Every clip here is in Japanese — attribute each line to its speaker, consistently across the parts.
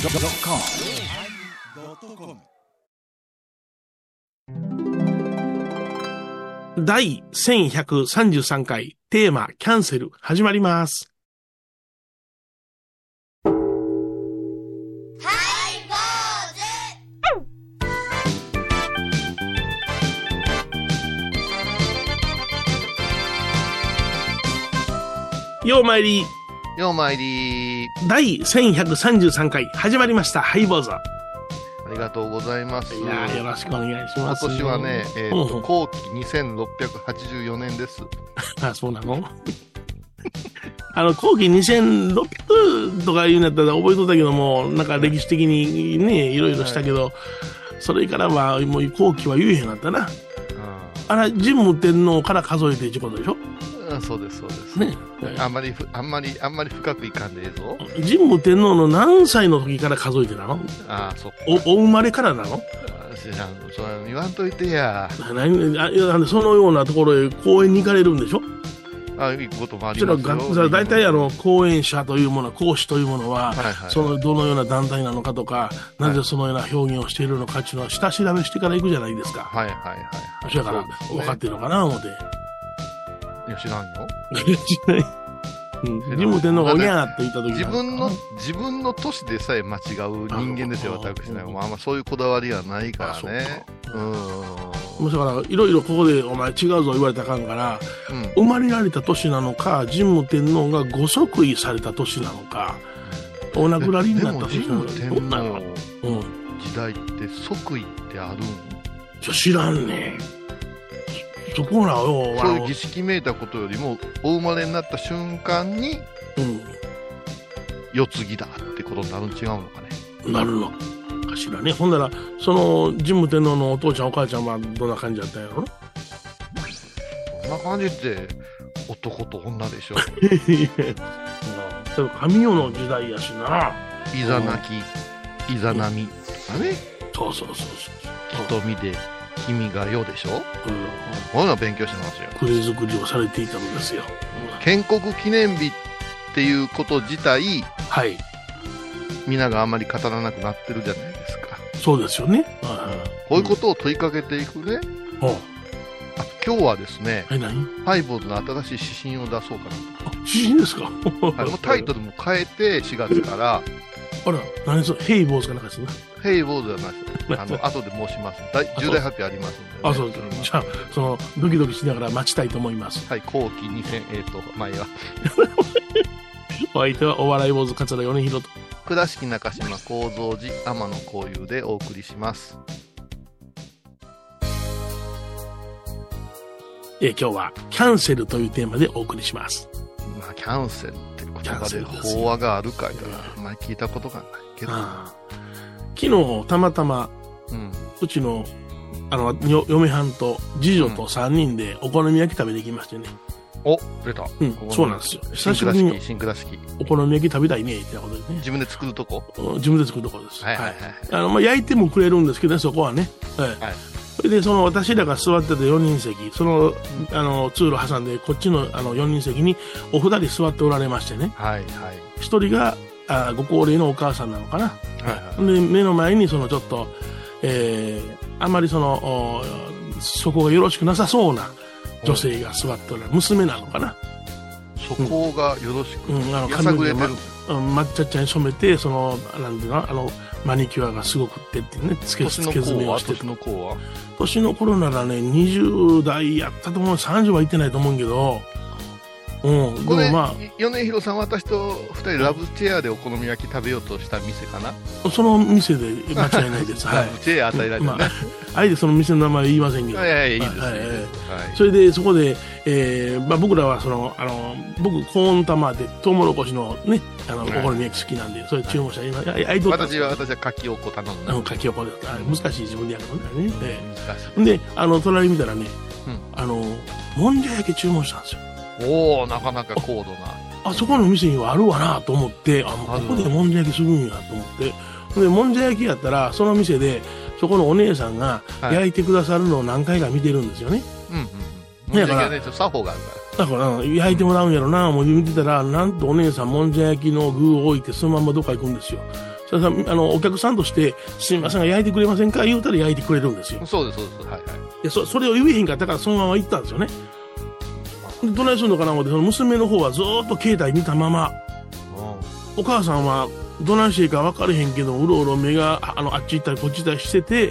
Speaker 1: yosmir
Speaker 2: 第1133回テーマキャンセル始まります。ようまいり、
Speaker 3: ようまいり
Speaker 2: 第1133回始まりました。ハイボーザ。
Speaker 3: ありがとうございます。
Speaker 2: いやーよろしくお願いし
Speaker 3: 今
Speaker 2: ます。
Speaker 3: 年はね。、えー
Speaker 2: うん
Speaker 3: と後期2684年です。
Speaker 2: あ、そうなの あの、後期2600とか言うんだったら覚えとったけども、なんか歴史的にね、いろいろしたけど、それからは、もう後期は言えへんかったな。
Speaker 3: あ
Speaker 2: あら、神武天皇から数えてってことでしょ
Speaker 3: ーそうです、そうです。
Speaker 2: ね。
Speaker 3: あんまりふ、あんまり、あんまり深くいかんでええぞ。
Speaker 2: 神武天皇の何歳の時から数えてなの
Speaker 3: ああ、そっか。
Speaker 2: お、お生まれからなの
Speaker 3: あ知らん。それ言わんといてや。
Speaker 2: 何あいやそのようなところへ公園に行かれるんでしょ
Speaker 3: あいいこともあ
Speaker 2: そ
Speaker 3: り
Speaker 2: れ
Speaker 3: ま
Speaker 2: は
Speaker 3: す
Speaker 2: がそ
Speaker 3: よ。
Speaker 2: れは大体あの、講演者というものは、講師というものは、
Speaker 3: はいはい
Speaker 2: そのどのような団体なのかとか、なぜそのような表現をしているのかっていうのは、下調べしてから行くじゃないですか。
Speaker 3: はいはいはい。
Speaker 2: そやから、
Speaker 3: そうですね
Speaker 2: 分かってるのかな、思 って。
Speaker 3: いや、知らんよ。
Speaker 2: しない。うん。ジム天皇がおにゃーっと言った時
Speaker 3: 自
Speaker 2: なんか
Speaker 3: 分の、自分の年でさえ間違う人間ですよ、
Speaker 2: あ
Speaker 3: 私な
Speaker 2: う
Speaker 3: んか
Speaker 2: ん
Speaker 3: もうあんまそういうこだわりはないか
Speaker 2: あ
Speaker 3: らね。
Speaker 2: そう
Speaker 3: う
Speaker 2: か
Speaker 3: ん。
Speaker 2: もうだから、いろいろここで、お前違うぞ言われたらあかんから、
Speaker 3: うん。
Speaker 2: 生まれられた年なのか、神武天皇がご即位された年なのか、お亡くなりになった年なのか、
Speaker 3: で
Speaker 2: どんなの
Speaker 3: も天
Speaker 2: うん。い
Speaker 3: 皇時代って即位ってあるん
Speaker 2: や知らんねそそこらよ、あ
Speaker 3: そういう
Speaker 2: の
Speaker 3: 儀式めいたことよりもお生まれになった瞬間に
Speaker 2: うん。
Speaker 3: 世継ぎだってことになるん違うのかね
Speaker 2: なるのかしらね。ほんなら、その、神武天皇のお父ちゃんお母ちゃんはどんな感じだったんや ろ
Speaker 3: こんな感じって男と女でしょ
Speaker 2: いやでも神代の時代やしな。
Speaker 3: いざなきいざなみとかね
Speaker 2: そうそうそう
Speaker 3: 瞳で君が世でしょ
Speaker 2: そう。うん
Speaker 3: こういうの勉強してますよ
Speaker 2: 国作りをされていたのですよ。
Speaker 3: 建国記念日っていうこと自体
Speaker 2: はい。
Speaker 3: 皆があんまり語らなくなってるじゃないですか
Speaker 2: そうですよね。は
Speaker 3: こういうことを問いかけていくね、
Speaker 2: いはい。うん。
Speaker 3: あ今日はですね
Speaker 2: え、何
Speaker 3: ハイボーズの新しい指針を出そうかな
Speaker 2: あ、詩人ですか
Speaker 3: と。あれもタイトルも変えて、4月から、
Speaker 2: あら、何それ、ヘイボーズかなんかですね。
Speaker 3: ヘイボーズじゃ ないです。あの、後で申します。大重大発表ありますんで、ね。
Speaker 2: あ、そう
Speaker 3: れ
Speaker 2: で
Speaker 3: は
Speaker 2: す。じゃあ、その、ドキドキしながら待ちたいと思います。
Speaker 3: はい、後期2000、えっ、と、前は。
Speaker 2: お相手はお笑い坊主桂米広と。
Speaker 3: 倉敷中島幸三寺天野幸雄でお送りします。
Speaker 2: えー今日は、キャンセルというテーマでお送りします。
Speaker 3: まあ、キャンセルって言葉
Speaker 2: キャ
Speaker 3: で
Speaker 2: ンセルです
Speaker 3: 法話があるかいから、あんまり聞いたことがないけど。
Speaker 2: ああ昨日、たまたま、
Speaker 3: うん。
Speaker 2: うちの、あの、よ嫁はんと、次女と3人でお好み焼き食べてきましてね。
Speaker 3: お、出た。
Speaker 2: うん、
Speaker 3: ここ
Speaker 2: そうなんですよ。久
Speaker 3: 新
Speaker 2: し
Speaker 3: 倉
Speaker 2: ぶり
Speaker 3: 敷、
Speaker 2: に
Speaker 3: 新倉敷。
Speaker 2: お好み焼き食べたいね、ってなことでね。
Speaker 3: 自分で作るとこ
Speaker 2: うん自分で作るところです。
Speaker 3: はいはいはい。
Speaker 2: あの、まあ、焼いてもくれるんですけどね、そこはね。はい。
Speaker 3: はい
Speaker 2: それで、その、私らが座ってた4人席、その、あの、通路挟んで、こっちの、あの、4人席に、お二人座っておられましてね。
Speaker 3: はいはい。
Speaker 2: 一人が、あご高齢のお母さんなのかな。
Speaker 3: はいはい。
Speaker 2: で、目の前に、その、ちょっと、えー、あまりその、おそこがよろしくなさそうな女性が座っておられ娘なのかな。
Speaker 3: そこがよろしく、
Speaker 2: うん、あの、
Speaker 3: やさぐれ
Speaker 2: の
Speaker 3: てる。
Speaker 2: うん抹茶茶に染めて、その、なんていうの、あの、マニキュアがすごくってってね、つけ、
Speaker 3: 年
Speaker 2: つ
Speaker 3: の
Speaker 2: け爪
Speaker 3: 子
Speaker 2: を
Speaker 3: は
Speaker 2: して
Speaker 3: 年の子は
Speaker 2: 年の頃ならね、20代やったと思う、30はいってないと思うけど、うん、で
Speaker 3: これ、
Speaker 2: もま
Speaker 3: 米広さんは私と2人ラブチェアでお好み焼き食べようとした店かな、
Speaker 2: あ、その店で間違いない です。は
Speaker 3: ラブチェア与えられ
Speaker 2: い。
Speaker 3: たね、
Speaker 2: まあ、あえてその店の名前は言いませんけど。
Speaker 3: いやいやいいですね、
Speaker 2: はいはいはい
Speaker 3: はい
Speaker 2: それで、そこで、えーまあ、僕らは、その、あの、僕、コーン玉で、トウモロコシのね、あの、お
Speaker 3: はい
Speaker 2: 好み焼き好きなんで、それ注文したら、今、ああいどうだ
Speaker 3: 私は私はかきおこ頼む
Speaker 2: あ
Speaker 3: な、
Speaker 2: の、かきおこです。あ難しい自分でやるもんだからね。ええ
Speaker 3: 難し
Speaker 2: で、あの、隣見たらね、
Speaker 3: うん
Speaker 2: あの、もんじゃ焼き注文したんですよ。
Speaker 3: いおおなかなか高度な
Speaker 2: あそこの店にはあるわなと思って、あ、も
Speaker 3: あ
Speaker 2: う
Speaker 3: る
Speaker 2: ここでもんじゃ焼きするんやと思って。で、もんじゃ焼きやったら、その店で、そこのお姉さんが
Speaker 3: はい
Speaker 2: 焼いてくださるのを何回か見てるんですよね。
Speaker 3: うんうんうんもんじ
Speaker 2: だ
Speaker 3: ゃ
Speaker 2: から
Speaker 3: 焼きはね、ちょっと作法があるか
Speaker 2: だから、焼いてもらうんやろな、思うて見てたら、なんとお姉さん、もんじゃ焼きの具を置いて、そのまんまどっか行くんですよ。それさ、あの、お客さんとして、すいませんが、焼いてくれませんか言うたら焼いてくれるんですよ
Speaker 3: ら。。そうです、そうです。はいはい。
Speaker 2: で、そそれを言えへんかったから、そのまま行ったんですよね。でどないするのかな思って、その娘の方はずーっと携帯見たまま、お母さんはどないしていいか分かれへんけど、うろうろ目が、ああの、あっち行ったりこっち行ったりしてて、
Speaker 3: うん。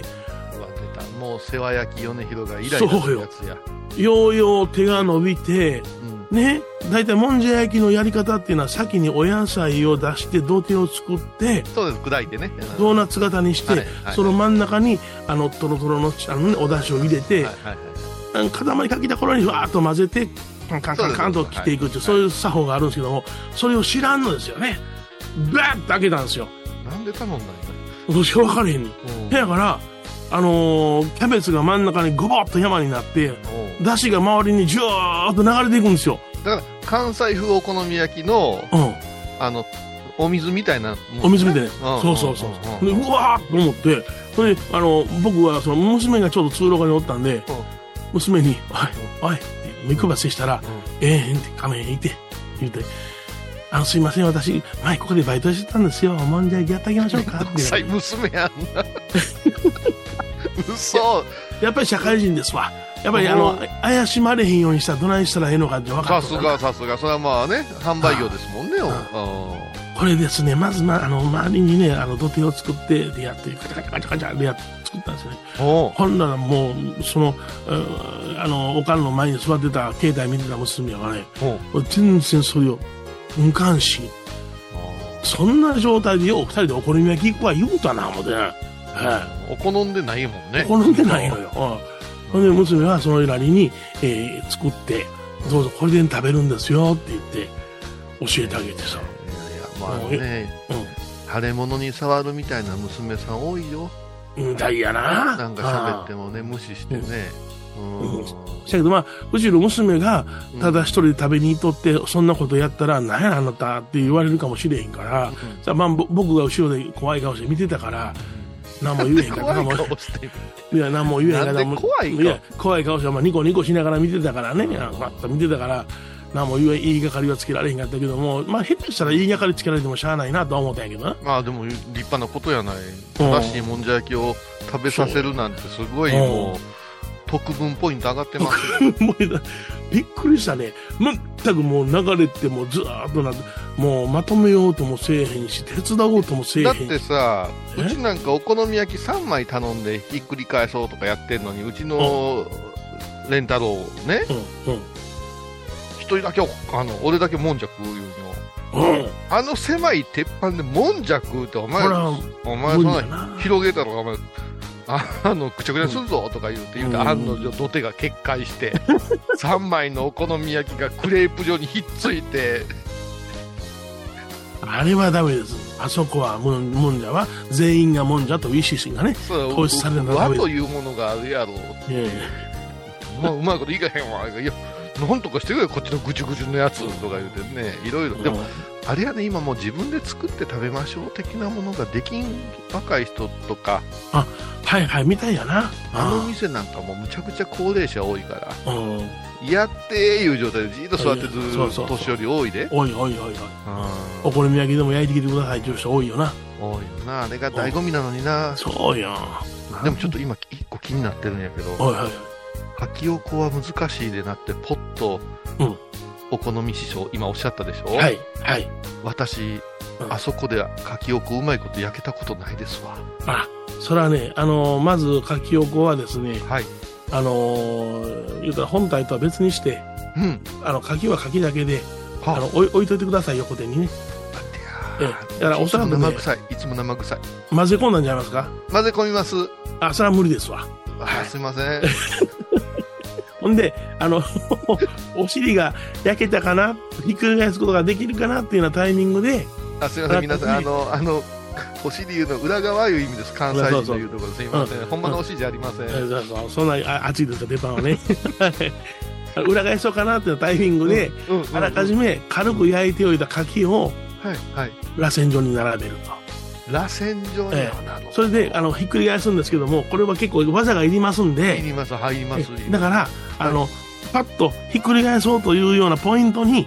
Speaker 3: うわ、出た。もう、世話焼き米広が以来
Speaker 2: そう
Speaker 3: の
Speaker 2: よ
Speaker 3: やつや。
Speaker 2: ようよう手が伸びて、
Speaker 3: うん。
Speaker 2: ね、大体もんじゃ焼きのやり方っていうのは先にお野菜を出して土手を作って
Speaker 3: そうです、砕いてね。
Speaker 2: ドーナツ型にして、
Speaker 3: はいはい
Speaker 2: その真ん中にあのトロトロのあの、ね、お出汁を入れて、
Speaker 3: はいはいはい。
Speaker 2: うん塊かけた頃にわーっと混ぜてカンカンカンカンと切っていくっていう
Speaker 3: そ
Speaker 2: そうう
Speaker 3: で
Speaker 2: いう作法があるんですけどもそれを知らんのですよねバーッと開けたんですよ
Speaker 3: なんで頼んだんや。
Speaker 2: どうしよう分からへんねん
Speaker 3: うん
Speaker 2: だからあのーキャベツが真ん中にゴボッと山になって
Speaker 3: うん
Speaker 2: 出汁が周りにジューッと流れていくんですよ、
Speaker 3: だから、関西風お好み焼きの、
Speaker 2: うん、
Speaker 3: あの、お水みたいなもん。
Speaker 2: お水見てね、
Speaker 3: うん
Speaker 2: そうそうそう,、
Speaker 3: うん
Speaker 2: でうわーっと思ってそれであの僕はその娘がちょうど通路側におったんで、娘に「おいおい」って目配せしたら
Speaker 3: うん
Speaker 2: 「ええへん」って仮面いて言うて「あのすいません私前ここでバイトしてたんですよもんじゃやってあげましょうか」って言わ
Speaker 3: 臭
Speaker 2: れ
Speaker 3: い
Speaker 2: て
Speaker 3: 娘やん な。嘘。
Speaker 2: やっぱり社会人ですわやっぱりあ
Speaker 3: う
Speaker 2: の
Speaker 3: ん
Speaker 2: 怪しまれへんようにしたらどないしたらええのかって分か
Speaker 3: さ
Speaker 2: っ
Speaker 3: す
Speaker 2: た
Speaker 3: が、さすが。それはまあね、販売業ですもんね。うん
Speaker 2: これですねまず、まあ、の周りにねあの土手を作ってでやってカチャカチャカチャカチャでやって作ったんですよね
Speaker 3: おう
Speaker 2: ほんならもう、その、うんあの、おかんの前に座ってた、携帯見てた娘がね、
Speaker 3: おう
Speaker 2: 全然それを、無関心。そんな状態でよう二人でお好み焼き行くわ言うたな、思ってね。は
Speaker 3: お好んでないもん
Speaker 2: い
Speaker 3: ね。
Speaker 2: 好んでないのよ。うんほんで、娘はそれなりに、えー作って、どうぞこれで食べるんですよって言って、教えてあげてさ。
Speaker 3: いやいや、まああのね、腫れ物に触るみたいな娘さん多いよ。
Speaker 2: うん。みたいやな。
Speaker 3: なんか喋ってもね、無視してね。うん。
Speaker 2: しけど、まあ、うちの娘が、ただ一人で食べに行っとって、そんなことやったら、なんやあなたって言われるかもしれへんから、さあまあ、ぼ僕が後ろで怖い顔して見てたから、何も言えへんかった。
Speaker 3: 怖い
Speaker 2: 何も
Speaker 3: 顔してる。
Speaker 2: いや、何も言えへんかった。
Speaker 3: なんで怖い顔
Speaker 2: いや、怖い顔して、まあ、ニコニコしながら見てたからね、
Speaker 3: うん
Speaker 2: あパッと見てたから、何も言え、言いがかりはつけられへんかったけども、まあ、下手したら言いがかりつけられてもしゃあないなとは思ったんやけどな。
Speaker 3: まあでも立派なことやない。正しいもんじゃ焼きを食べさせるなんてすごいもう、特分ポイント上がってますよ。
Speaker 2: もうびっくりしたね全くもう流れてもうずーっとなってもうまとめようともせえへんし手伝おうともせえ へ
Speaker 3: だ
Speaker 2: ん
Speaker 3: っ
Speaker 2: して
Speaker 3: さ、
Speaker 2: え
Speaker 3: うちなんかお好み焼き3枚頼んでひっくり返そうとかやってんのに、うちのレンタローね、
Speaker 2: う
Speaker 3: 一人だけお、あの、俺だけもんじゃ食うよ。
Speaker 2: んうんうん
Speaker 3: あの狭い鉄板でもんじゃ食うって、お前
Speaker 2: ほ、ら
Speaker 3: お前そ
Speaker 2: 無
Speaker 3: ん
Speaker 2: 理や
Speaker 3: な
Speaker 2: な
Speaker 3: 広げたらお前、あの、くちゃくちゃにするぞとか言うて言うて、
Speaker 2: うん
Speaker 3: 案の定土手が決壊して、3枚のお好み焼きがクレープ状にひっついて、
Speaker 2: あれはダメですあそこはもんもんじゃは全員がもんじゃという意識がね
Speaker 3: そう、
Speaker 2: 投資されるのはダメ
Speaker 3: 和というものがあるやろう。
Speaker 2: いやいや
Speaker 3: まあ、うまいこといかへんわ。いや、なんとかしてくれよ、こっちのぐちゅぐちゅのやつとか言うてね、いろいろ。でも、あれやね、今もう自分で作って食べましょう的なものができん若い人とか、
Speaker 2: はいはいみたいやな
Speaker 3: あの店なんかもうむちゃくちゃ高齢者多いから、
Speaker 2: あうん
Speaker 3: やってーいう状態でじっと座ってず
Speaker 2: いや
Speaker 3: ー
Speaker 2: そ
Speaker 3: っ
Speaker 2: うそ
Speaker 3: と
Speaker 2: うそう
Speaker 3: 年寄り多いで。
Speaker 2: おいおいおいおい
Speaker 3: うん
Speaker 2: お好み焼きでも焼いてきてくださいっていう人多いよな
Speaker 3: 多いよな、あれが醍醐味なのにな。
Speaker 2: そうよ
Speaker 3: でもちょっと今、一個気になってるんやけど、
Speaker 2: おいおい
Speaker 3: 書きおこは難しいでなって、ポッと
Speaker 2: うん、
Speaker 3: お好み師匠、今おっしゃったでしょ
Speaker 2: はいはい
Speaker 3: 私、
Speaker 2: うん
Speaker 3: あそこでかきおこうまいこと焼けたことないですわ
Speaker 2: あそれはねあのまず書きおこはですね
Speaker 3: はい
Speaker 2: あのー言うたら本体とは別にして、
Speaker 3: うん
Speaker 2: あの、柿は柿だけで、あ
Speaker 3: は
Speaker 2: の、置い置いといてください、横手にね。ええだからおそらくね
Speaker 3: いつも生臭いいつも生臭い
Speaker 2: 混ぜ込んだんじゃないですか
Speaker 3: 混ぜ込みます
Speaker 2: あ、それは無理ですわ。
Speaker 3: あ
Speaker 2: はい
Speaker 3: すいません
Speaker 2: ほんで、あの、 お尻が焼けたかな、ひっくり返すことができるかなっていうようなタイミングで、
Speaker 3: あすい ません皆さんあのあのお尻湯の裏側いう意味です関西人の言うところすいませんほんまのお尻じゃありません
Speaker 2: えそうそうそんなあ熱いですか、出番はね。 裏返そうかなっていうようなタイミングで、
Speaker 3: うんうん
Speaker 2: あらかじめ軽く焼いておいた柿を
Speaker 3: はいはい
Speaker 2: 螺旋状に並べると。
Speaker 3: 螺旋状にはなの
Speaker 2: それで、あの、ひっくり返すんですけども、これは結構技がいりますんで、
Speaker 3: 入ります入ります
Speaker 2: だから、あの、パッとひっくり返そうというようなポイントに、
Speaker 3: はい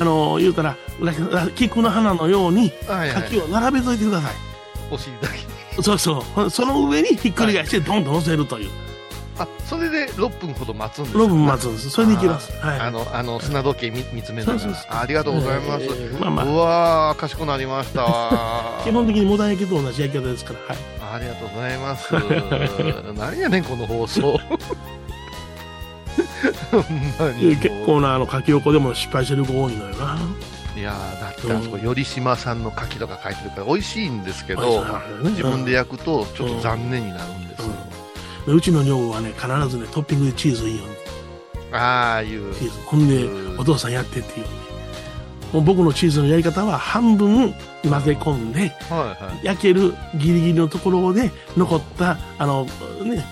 Speaker 2: あの言うたらララ菊の花のように
Speaker 3: はいはい
Speaker 2: 柿を並べといてください、
Speaker 3: お尻だけ
Speaker 2: そうそうその上にひっくり返してドンと乗せるという、
Speaker 3: あそれで6分ほど待つんです
Speaker 2: ロブも待
Speaker 3: つ
Speaker 2: つんですそれでいきますはい
Speaker 3: あのあの砂時計見見つめながら
Speaker 2: そうそうそう
Speaker 3: あありがとうございます、
Speaker 2: えーまあまあ
Speaker 3: うわー賢くなりま したわ
Speaker 2: 基本的にモダン焼きと同じ焼き方ですから、はい、
Speaker 3: ありがとうございます。何やねん、この放 送。ほんまに
Speaker 2: 結構なあの書き横でも失敗してる子多いのよない
Speaker 3: やーだってあそこ頼島さんの牡蠣とか書いてるから美味しいんですけど、
Speaker 2: うん
Speaker 3: 自分で焼くとちょっと残念になるんですよ、
Speaker 2: うちの女房はね必ずねトッピングでチーズいいよね
Speaker 3: ああいう
Speaker 2: チーズほんで
Speaker 3: うん
Speaker 2: お父さんやってっていうねもう僕のチーズのやり方は半分混ぜ込んで
Speaker 3: はいはい
Speaker 2: 焼けるギリギリのところで残ったあの、ね、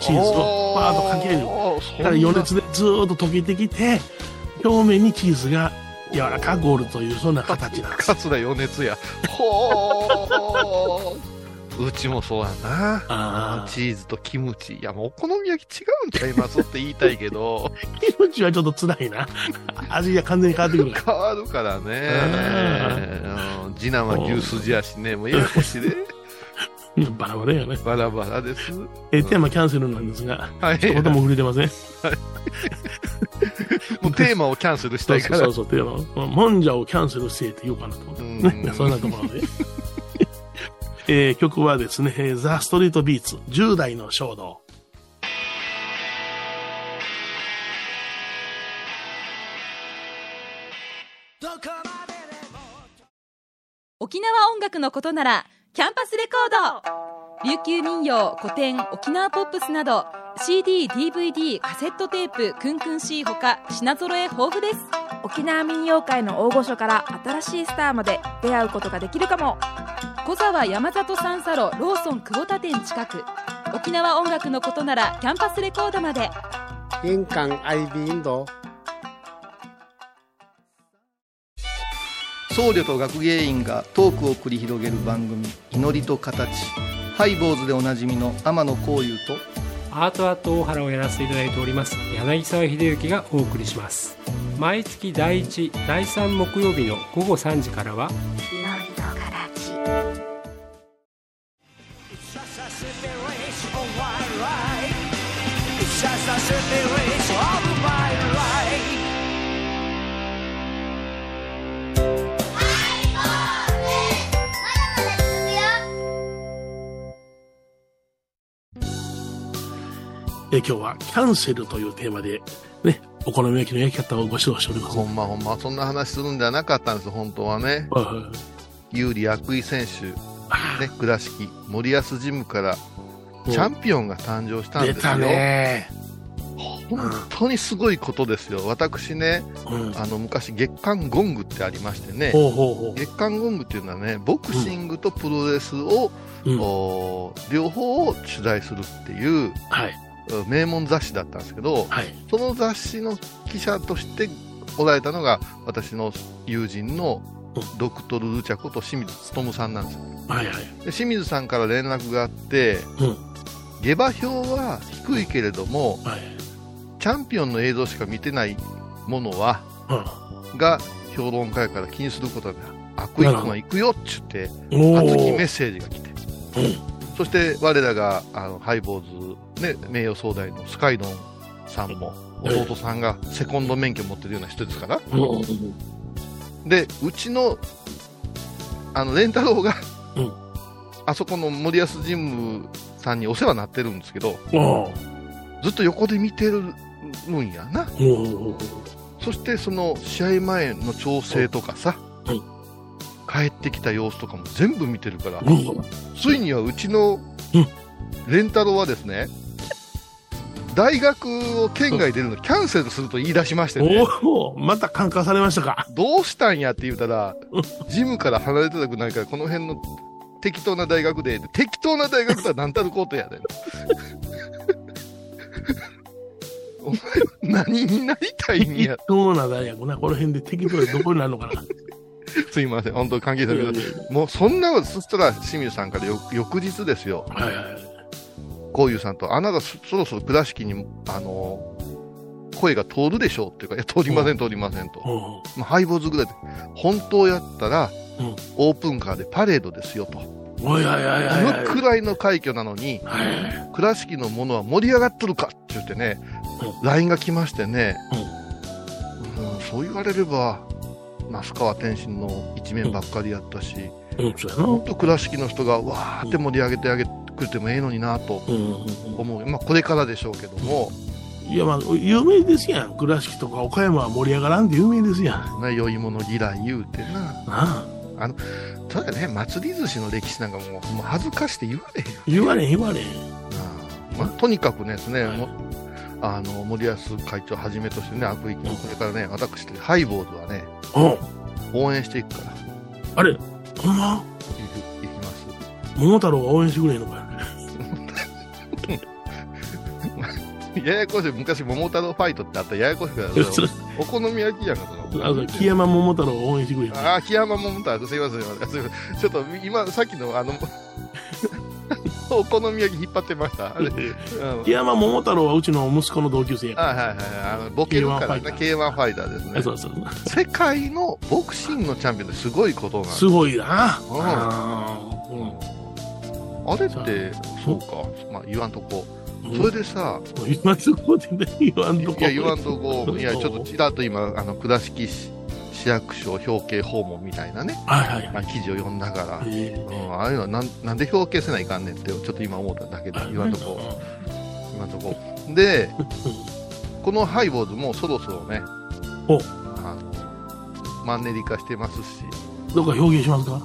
Speaker 2: チーズをバーッとかけるだ
Speaker 3: る
Speaker 2: から余熱でずーっと溶けてきて表面にチーズが柔らかくゴールというそんな形なんです
Speaker 3: 桂余熱やほーうちもそうやな
Speaker 2: あ
Speaker 3: チーズとキムチいやもうお好み焼き違うんちゃいますって言いたいけど
Speaker 2: あキムチはちょっと辛いな 味が完全に変わってくるから
Speaker 3: 変わるからねうん次男は牛すじやしねもうややこしいで
Speaker 2: バラバラよね
Speaker 3: バラバラです
Speaker 2: えーテーマキャンセルなんですが
Speaker 3: はい
Speaker 2: 一言も触れてません
Speaker 3: もうテーマをキャンセルしたいから
Speaker 2: そうそうそうっていうのもんじゃをキャンセルせえって言おうかなと思って、
Speaker 3: うん
Speaker 2: ね、そんなところで、 えー曲はですねえー「ザ・ストリート・ビーツ10代の衝動」
Speaker 1: 沖縄音楽のことならキャンパスレコード琉球民謡古典沖縄ポップスなど CDDVD カセットテープクンクン C ほか品揃え豊富です
Speaker 4: 沖縄民謡界の大御所から新しいスターまで出会うことができるかも
Speaker 1: 小沢山里三佐路ローソン久保田店近く沖縄音楽のことならキャンパスレコードまで
Speaker 5: 印港 IB 印度
Speaker 6: 僧侶と学芸員がトークを繰り広げる番組「祈りと形」ハイ坊主でおなじみの天野幸雄と
Speaker 7: アートアート大原をやらせていただいております柳沢秀幸がお送りします毎月第1第3木曜日の午後3時からは
Speaker 2: えー今日は「キャンセル」というテーマで、ね、お好み焼きの焼き方をご指導しております
Speaker 3: ほんまほんまそんな話するんじゃなかったんです本当はね
Speaker 2: はい
Speaker 3: 有利悪意選手ね倉敷森保ジムからチャンピオンが誕生したん
Speaker 2: 出
Speaker 3: ですよ
Speaker 2: たね、
Speaker 3: 本当にすごいことですよ私ね
Speaker 2: うん、
Speaker 3: あの昔月刊ゴングってありましてね
Speaker 2: ほうほうほ
Speaker 3: 月刊ゴングっていうのはねボクシングとプロレスを、
Speaker 2: う、うん、
Speaker 3: おー両方を取材するっていう
Speaker 2: はい
Speaker 3: うん名門雑誌だったんですけど
Speaker 2: はい
Speaker 3: その雑誌の記者としておられたのが私の友人の
Speaker 2: う
Speaker 3: ドクトル・ルチャコと清水勉さんなんですよ
Speaker 2: はいはい
Speaker 3: で清水さんから連絡があって、
Speaker 2: うん
Speaker 3: 下馬評は低いけれども
Speaker 2: はい
Speaker 3: チャンピオンの映像しか見てないものはが評論家やから気にすることだ悪意
Speaker 2: なるほど
Speaker 3: が行くよっちゅって
Speaker 2: うんお
Speaker 3: 熱き
Speaker 2: ー
Speaker 3: メッセージが来て、そして我らがあのハイボーズ、ね、名誉総代のスカイドンさんも
Speaker 2: ええ
Speaker 3: 弟さんがセコンド免許持ってるような人ですから
Speaker 2: うん
Speaker 3: でうちのあのレンタロウが、
Speaker 2: うん
Speaker 3: あそこの森保ジムさんにお世話になってるんですけど
Speaker 2: おー
Speaker 3: ずっと横で見てるんやな
Speaker 2: おー
Speaker 3: そしてその試合前の調整とかさ、
Speaker 2: はい
Speaker 3: 帰ってきた様子とかも全部見てるから、
Speaker 2: うん
Speaker 3: ついにはうちの
Speaker 2: うん
Speaker 3: レンタロウはですね、大学を県外出るのキャンセルすると言い出しましてね、
Speaker 2: おーまた感化されましたか
Speaker 3: どうしたんやって言うたら、ジムから離れてたくないから、この辺の適当な大学で、適当な大学とは何たることやで。 お前は何になりたいん
Speaker 2: 適
Speaker 3: や。
Speaker 2: 当な大学な、この辺で適当でどこになるのかな。
Speaker 3: すいません、本当に関係者の皆さん
Speaker 2: いやいや
Speaker 3: もうそんなこと、そしたら清水さんからよ翌日ですよ、
Speaker 2: はいはいはい
Speaker 3: こういうさんと、あなたそそろそろ倉敷に、あのー声が通るでしょうっていうから、いや、通りません、通りませんと。
Speaker 2: おう
Speaker 3: まあ、ハイボーズぐらいで、本当やったら、
Speaker 2: うん
Speaker 3: オープンカーでパレードですよと。
Speaker 2: おいやいやい
Speaker 3: こ
Speaker 2: やいや
Speaker 3: のくらいの快挙なのに、
Speaker 2: はい
Speaker 3: 倉敷のものは盛り上がっとるかって言ってね、LINE が来ましてね、うんそう言われれば、那須川天心の一面ばっかりやったし、
Speaker 2: うんそうやな
Speaker 3: もっと倉敷の人がわーって盛り上げてあげてくれてもええのになと
Speaker 2: うんうん
Speaker 3: 思う、まあ、これからでしょうけども、
Speaker 2: うんいやまあ有名ですやん倉敷とか岡山は盛り上がらんで有名ですやんな
Speaker 3: な良いもの嫌い言うてな、
Speaker 2: あ
Speaker 3: ただね、祭り寿司の歴史なんかもうもう恥ずかして言われへんよ
Speaker 2: 言われへん言われへん
Speaker 3: な、まあ、とにかくねですね、
Speaker 2: はい
Speaker 3: もあの森保会長はじめとしてね、悪意のこれからね、私、ハイボールはね、
Speaker 2: おう
Speaker 3: 応援していくから、
Speaker 2: あれほんま
Speaker 3: いくいきます。
Speaker 2: 桃太郎が応援してくれへんのかよ
Speaker 3: ややこしい、昔、桃太郎ファイトってあったややこし くなる
Speaker 2: それ
Speaker 3: お好み焼きやんか、そ
Speaker 2: あの木山桃太郎が応援してくれへん
Speaker 3: あー木山桃太郎、すいません、すいませんすいません。ちょっと今、さっきの、あ の、お好み焼き引っ張ってました。あれ、うん
Speaker 2: 木山桃太郎はうちの息子の同級生やか
Speaker 3: あはいはいはい、あのボケるからね、K1 ファイターです
Speaker 2: ら
Speaker 3: ね
Speaker 2: そうそう
Speaker 3: 世界のボクシングのチャンピオンってすごいことなんです
Speaker 2: すごいな
Speaker 3: うん
Speaker 2: あー
Speaker 3: あれってそうかまあ言わんとこ
Speaker 2: うん
Speaker 3: それでさ
Speaker 2: 言わんとこって言わん
Speaker 3: い
Speaker 2: とこ
Speaker 3: や言わんとこいやちょっと
Speaker 2: と
Speaker 3: ちらっと今あの倉敷市市役所表敬訪問みたいなね、
Speaker 2: はいはい
Speaker 3: まあ、記事を読んだから、
Speaker 2: えー
Speaker 3: うん、ああいうのはなんなんで表敬せないかんねんってちょっと今思っただけで言わんとこ言わんとこ でこのハイボーズもそろそろね
Speaker 2: お
Speaker 3: あのマンネリ化してますし
Speaker 2: どっか表現しますか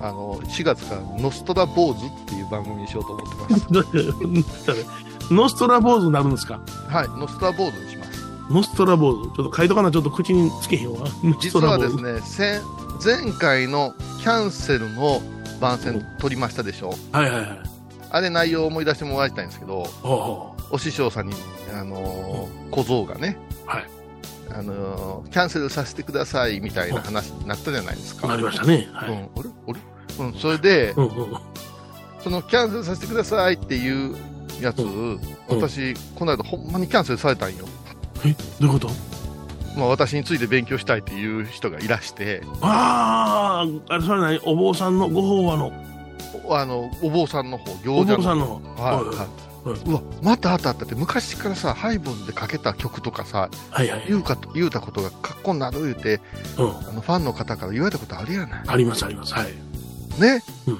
Speaker 3: あの4月から「ノストラ坊主」っていう番組にしようと思って ます
Speaker 2: だってノストラ坊主になるんですか
Speaker 3: はいノストラ坊主にします
Speaker 2: ノストラ坊主ちょっと書いとかなちょっと口につけへんわノス
Speaker 3: 実
Speaker 2: トラ
Speaker 3: は
Speaker 2: 坊
Speaker 3: です
Speaker 2: 主
Speaker 3: ね先前回のキャンセルの番宣取りましたでしょ
Speaker 2: はいはいはい
Speaker 3: あれ内容を思い出してもらいたいんですけ
Speaker 2: ほ
Speaker 3: ど
Speaker 2: うほう
Speaker 3: お師匠さんに、あのー小僧がね、
Speaker 2: はい
Speaker 3: あのーキャンセルさせてくださいみたいな話になったじゃないですか。
Speaker 2: なりましたねは
Speaker 3: う
Speaker 2: い
Speaker 3: ん、あれあれうん、それで、
Speaker 2: うんうん
Speaker 3: そのキャンセルさせてくださいっていうやつ、私、この間ほんまにキャンセルされたんよ。
Speaker 2: えどういうこと
Speaker 3: まあ、私について勉強したいっていう人がいらして、
Speaker 2: あああれそれ何お坊さんのご法話の
Speaker 3: おあのお坊さんの方、
Speaker 2: お
Speaker 3: 行者
Speaker 2: 坊
Speaker 3: の
Speaker 2: さ
Speaker 3: 方
Speaker 2: んの
Speaker 3: はい
Speaker 2: はい
Speaker 3: はい
Speaker 2: は
Speaker 3: うわ、またあったあったって、昔からさ、ハイボンでかけた曲とかさ、
Speaker 2: はいはい
Speaker 3: 言うかと言うたことがかっこになる言うて、
Speaker 2: うん
Speaker 3: あのファンの方から言われたことあるやない。
Speaker 2: ありますありますはい
Speaker 3: ね、
Speaker 2: うん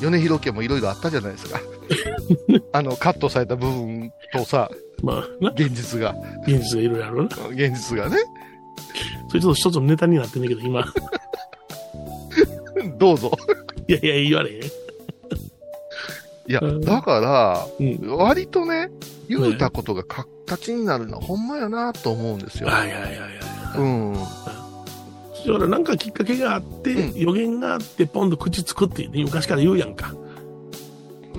Speaker 3: 米広家もいろいろあったじゃない ですかあのカットされた部分とさ
Speaker 2: まあな
Speaker 3: 現実が
Speaker 2: 現実でいろいろあるな
Speaker 3: 現実がね
Speaker 2: それちょっと一つのネタになってんだけど今
Speaker 3: どうぞ
Speaker 2: いやいや言われへん
Speaker 3: いや
Speaker 2: うん
Speaker 3: だから、
Speaker 2: う
Speaker 3: 割とね言うたことが形になるのはほんまやなと思うんですよ、
Speaker 2: はいはいはいはい
Speaker 3: うん
Speaker 2: だからなんかきっかけがあって、
Speaker 3: う
Speaker 2: 予言があってポンと口つくって、ね、昔から言うやんか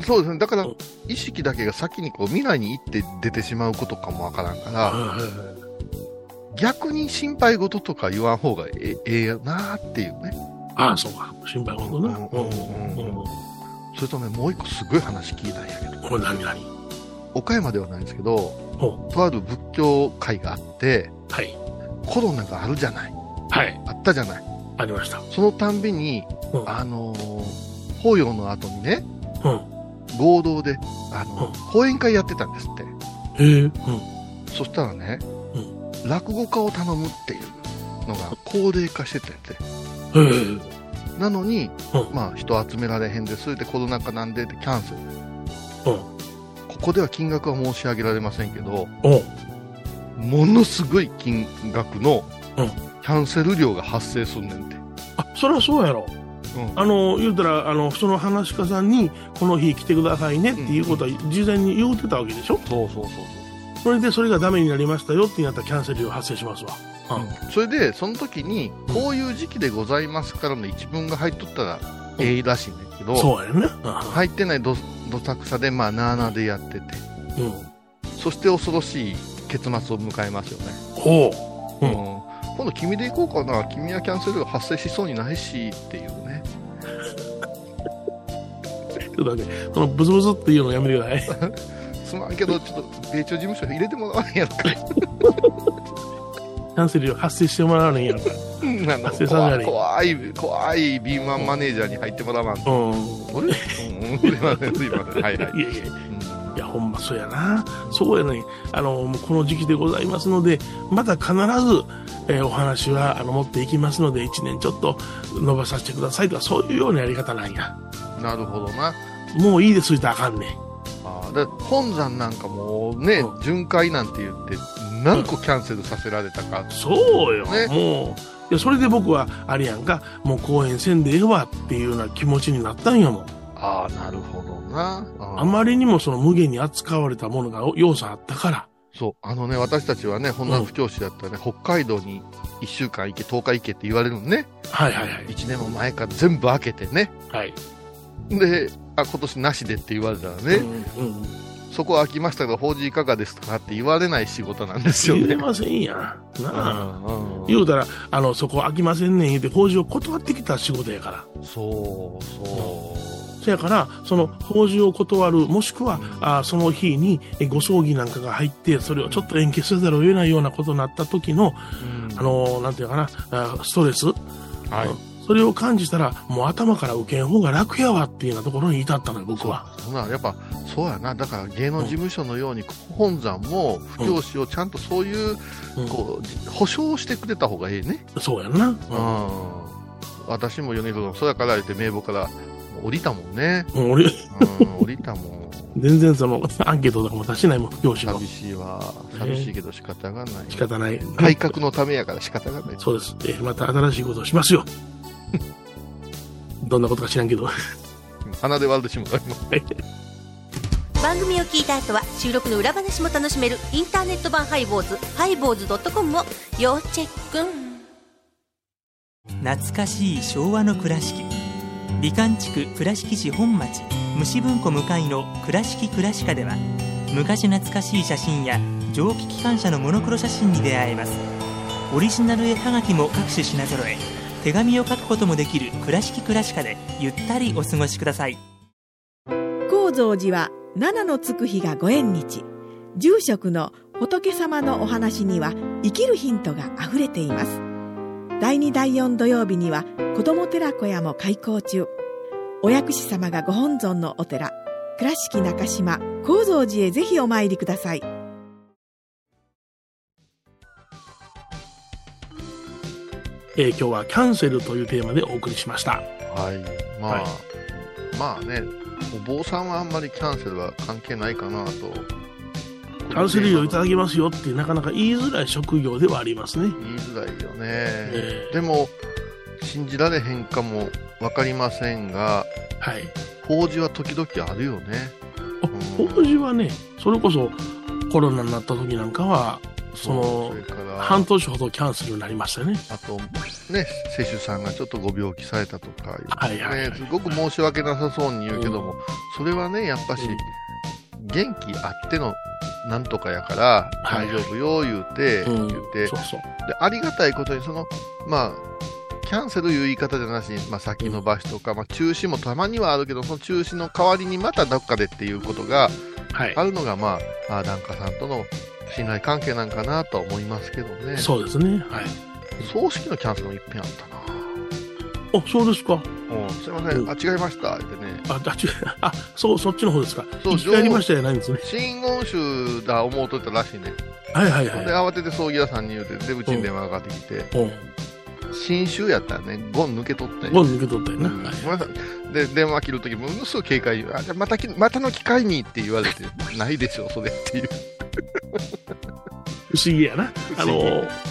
Speaker 3: そうですねだから
Speaker 2: うん
Speaker 3: 意識だけが先にこう未来に行って出てしまうことかもわからんか
Speaker 2: あ
Speaker 3: ら逆に心配事とか言わん方がえええよなっていうね
Speaker 2: あそうか心配事な
Speaker 3: う
Speaker 2: うんう
Speaker 3: んうん
Speaker 2: んうん
Speaker 3: それとねもう一個すごい話聞いたんやけど
Speaker 2: これ何何
Speaker 3: 岡山ではないんですけど
Speaker 2: ほ、
Speaker 3: とある仏教会があって、
Speaker 2: はい
Speaker 3: コロナがあるじゃない。
Speaker 2: はい
Speaker 3: あったじゃない。
Speaker 2: ありました
Speaker 3: そのたんびに、
Speaker 2: うん
Speaker 3: あのー法要の後にね、
Speaker 2: うん
Speaker 3: 合同で、あの
Speaker 2: うん
Speaker 3: 講演会やってたんですって。
Speaker 2: へえうん
Speaker 3: そしたらね、
Speaker 2: う
Speaker 3: 落語家を頼むっていうのが高齢化してたんやって。
Speaker 2: へえ
Speaker 3: なのに、
Speaker 2: うん
Speaker 3: まあ人集められへんですでコロナ禍なんでってキャンセル。
Speaker 2: うん
Speaker 3: ここでは金額は申し上げられませんけど、
Speaker 2: お
Speaker 3: ものすごい金額の
Speaker 2: うん
Speaker 3: キャンセル料が発生すんねんて、
Speaker 2: あそりゃそうやろ
Speaker 3: うん
Speaker 2: あの言うたらあのその話し家さんにこの日来てくださいねっていうことは事前に言うてたわけでしょ、
Speaker 3: そうそうそうそう、
Speaker 2: それでそれがダメになりましたよってなったらキャンセル料発生しますわうん
Speaker 3: うんそれでその時に
Speaker 2: うん
Speaker 3: こういう時期でございますからの一文が入っとったらええらしいねんけど、
Speaker 2: そうやね
Speaker 3: 入ってないどどさくさでまあなあなあでやってて
Speaker 2: うんうん
Speaker 3: そして恐ろしい結末を迎えますよね、
Speaker 2: ほううん
Speaker 3: うん今度君で行こうかな君はキャンセル料発生しそうにないしっていうね
Speaker 2: ちょっと待って、このブツブツっていうのやめてください。
Speaker 3: すまんけど、ちょっと、米朝事務所に入れてもらわへんやろか。
Speaker 2: キャンセル料発生してもらわれへんやんか。
Speaker 3: う んあの
Speaker 2: 汗下が
Speaker 3: 怖
Speaker 2: り
Speaker 3: い、怖い、怖い、ビーマンマネージャーに入ってもらわんと。
Speaker 2: う
Speaker 3: あれうんすいません、すいません。はいはい
Speaker 2: ん。。いやいやいや。
Speaker 3: うん
Speaker 2: いや、ほんまそうやな。そうやね。あの、もうこの時期でございますので、また必ず、えーお話は、あの、持っていきますので、1年ちょっと伸ばさせてくださいとか、そういうようなやり方なんや。
Speaker 3: なるほどな。
Speaker 2: もういいです、言うたらあかんねん。
Speaker 3: あーだから本山なんかもうね、
Speaker 2: う
Speaker 3: 巡回なんて言って、何個キャンセルさせられたか。
Speaker 2: そうよ、
Speaker 3: ね
Speaker 2: もう。いや、それで僕は、あれやんか、もう公演せんでええわっていうような気持ちになったんやもん。
Speaker 3: ああ、なるほどな。うん
Speaker 2: あまりにもその無限に扱われたものが要素あったから。
Speaker 3: そう、あのね、私たちはね、本山不調子だったらね、北海道に1週間行け、10日行けって言われるのね。
Speaker 2: はいはいはい。
Speaker 3: 1年も前から全部開けてね。
Speaker 2: はい。
Speaker 3: で、あ、今年なしでって言われたらね、
Speaker 2: うんうん。
Speaker 3: そこは開きましたけど、法事いかがですかって言われない仕事なんですよ
Speaker 2: 言え
Speaker 3: ね。
Speaker 2: ませんやん。なあ。
Speaker 3: うん
Speaker 2: 言うたら、あの、そこ飽きませんねん言うて、法事を断ってきた仕事やから。
Speaker 3: そう、そう。
Speaker 2: そやから、その法事を断る、もしくは、あその日にえご葬儀なんかが入って、それをちょっと延期せざるを得ないようなことになった時の、あの、なんていうかな、あストレス、
Speaker 3: はい。
Speaker 2: それを感じたら、もう頭から受けん方が楽やわっていうようなところに至ったのよ、僕は。
Speaker 3: そんなやっぱそうやなだから芸能事務所のように本山も不教師をちゃんとそういう
Speaker 2: うん
Speaker 3: こう保証をしてくれた方がいいね、
Speaker 2: そうやんな。
Speaker 3: うん、私も米広の空から言って名簿から降りたもんね、
Speaker 2: うん、俺、
Speaker 3: うん、降りたもん
Speaker 2: 全然その、アンケートとかも出してないもん、教師の
Speaker 3: 寂。しいわ
Speaker 2: ね
Speaker 3: 寂しいけど仕方がない、
Speaker 2: 仕方ない。
Speaker 3: 改革のためやから仕方がない
Speaker 2: そうです。えーまた新しいことをしますよ。 どんなことか知らんけど。
Speaker 3: 鼻で割れてしまう
Speaker 8: 番組を聞いた後は収録の裏話も楽しめるインターネット版ハイボーズハイボーズドットコムを要チェック
Speaker 9: 懐かしい昭和の倉敷美観地区倉敷市本町虫文庫向かいの「倉敷倉歯科」では昔懐かしい写真や蒸気機関車のモノクロ写真に出会えますオリジナル絵はがきも各種品揃え手紙を書くこともできる「倉敷倉歯科」でゆったりお過ごしください
Speaker 10: 高蔵寺は七のつく日がご縁日住職の仏様のお話には生きるヒントがあふれています第2第4土曜日には子ども寺小屋も開校中お薬師様がご本尊のお寺倉敷中島・高蔵寺へぜひお参りください
Speaker 2: えー今日はキャンセルというテーマでお送りしました。
Speaker 3: はいまあ、
Speaker 2: はい
Speaker 3: まあねお坊さんはあんまりキャンセルは関係ないかなと
Speaker 2: キャンセル料いただきますよってなかなか言いづらい職業ではありますね。
Speaker 3: 言いづらいよね、
Speaker 2: え
Speaker 3: でも信じられへんかも分かりませんが
Speaker 2: はい。
Speaker 3: 法事は時々あるよね
Speaker 2: あ
Speaker 3: うん
Speaker 2: 法事はね、それこそコロナになった時なんかは、その
Speaker 3: それ、から
Speaker 2: 半年ほどキャンセルになりましたよね。
Speaker 3: あとね施主さんがちょっとご病気されたとか、
Speaker 2: はいはいはい
Speaker 3: ね、すごく申し訳なさそうに言うけども、それはねやっぱし、
Speaker 2: うん
Speaker 3: 元気あってのなんとかやから
Speaker 2: は
Speaker 3: 大
Speaker 2: い
Speaker 3: 丈夫よ言うて、
Speaker 2: うん。
Speaker 3: 言って
Speaker 2: そうそう。
Speaker 3: でありがたいことにそのまあキャンセルいう言い方じゃなしに、まあ、先延ばしとか、まあ、中止もたまにはあるけどその中止の代わりにまたどっかでっていうことが
Speaker 2: はい
Speaker 3: あ。るのがまああ檀家さんとの信頼関係なんかなとは思いますけどね
Speaker 2: そうですね。はい。
Speaker 3: 葬式のキャンセルもいっぺんあったな
Speaker 2: あ、そうですか。
Speaker 3: うんすいません、あ違いましたってね
Speaker 2: あ、だちあ、そう、そっちの方ですか。
Speaker 3: そう
Speaker 2: 一回やりましたじゃないんですね。
Speaker 3: 真言宗だ思うとったらしいね、
Speaker 2: はいはい
Speaker 3: で
Speaker 2: は
Speaker 3: 慌てて葬儀屋さんに言うてでうちに電話がかかってきて
Speaker 2: い。うん。
Speaker 3: 新宗やったらねゴン抜け取って
Speaker 2: ゴン抜け取ったよ
Speaker 3: う
Speaker 2: な。
Speaker 3: ん
Speaker 2: はい
Speaker 3: ごめんなさいで電話切るときものすごい警戒あじゃあまたきまたの機会にって言われ てないでしょそれっていう
Speaker 2: 不思議やな。あ
Speaker 3: 不
Speaker 2: の、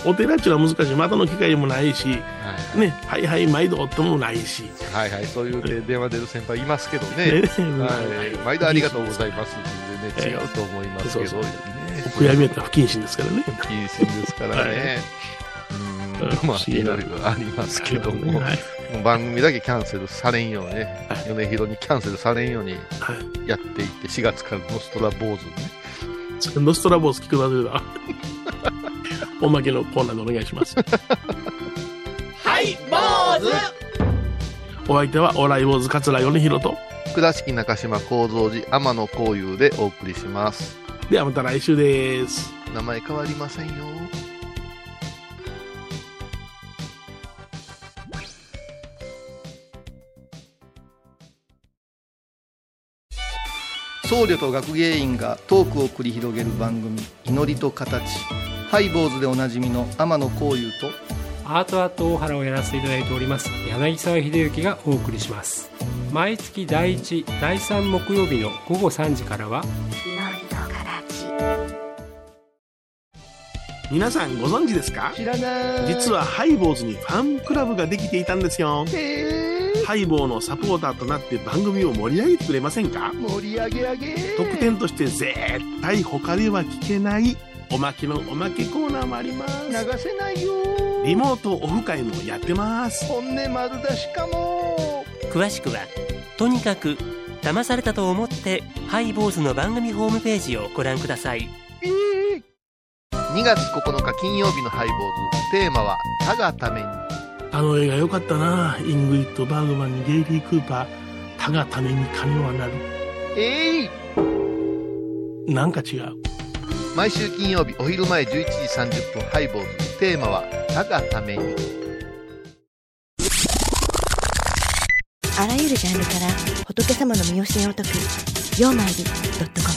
Speaker 2: お寺っていうのは難しい。またの機会もないし、
Speaker 3: は
Speaker 2: ね、はいはい、毎度夫もないし。
Speaker 3: いはい、そういうね電話出る先輩いますけど
Speaker 2: ね
Speaker 3: ね、はい、毎度ありがとうございますってね違うと思いますけど、
Speaker 2: そう
Speaker 3: ね
Speaker 2: そうお悔やみやったら不謹慎ですからね。
Speaker 3: 謹慎ですからね、
Speaker 2: はい
Speaker 3: うんま
Speaker 2: 不思
Speaker 3: あ
Speaker 2: 議
Speaker 3: い
Speaker 2: な
Speaker 3: ろいろありますけども、
Speaker 2: はい。
Speaker 3: もう番組だけキャンセルされんようにね
Speaker 2: はい、
Speaker 3: 米広にキャンセルされんように
Speaker 2: はい
Speaker 3: やっていって、4月からノストラ坊主ね。
Speaker 2: それノストラボス聞くなぜだ。 おまけのコーナーでお願いします。はい、坊主お相手は、お笑い坊主桂米広と、
Speaker 3: 倉敷中島幸三寺天野幸雄でお送りします
Speaker 2: ではまた来週です
Speaker 3: 名前変わりませんよ
Speaker 6: 僧侶と学芸員がトークを繰り広げる番組「祈りと形」ハイボーズでおなじみの天野幸雄と
Speaker 7: アートアート大原をやらせていただいております柳沢秀幸がお送りします毎月第1第3木曜日の午後3時からは
Speaker 2: 皆さんご存知ですか
Speaker 6: 知らない
Speaker 2: 実はハイボーズにファンクラブができていたんですよハイボーのサポーターとなって番組を盛り上げてくれませんか
Speaker 6: 盛り上げ上げ
Speaker 2: 特典として絶対他では聞けないおまけのおまけコーナーもあります
Speaker 6: 流せないよ
Speaker 2: リモートオフ会もやってます
Speaker 6: 本音丸出しかも
Speaker 9: 詳しくはとにかく騙されたと思ってハイボーズの番組ホームページをご覧ください
Speaker 3: 2月9日金曜日のハイボーズテーマは「他がために
Speaker 2: あの映画良かったなイングリッド・バーグマンにゲイリー・クーパー他がために金はなる」
Speaker 3: えい
Speaker 2: なんか違う
Speaker 3: 毎週金曜日お昼前11時30分ハイボーズテーマは「他がために」
Speaker 11: あらゆるジャンルから仏様の身教えを解く「曜マイルドットコム」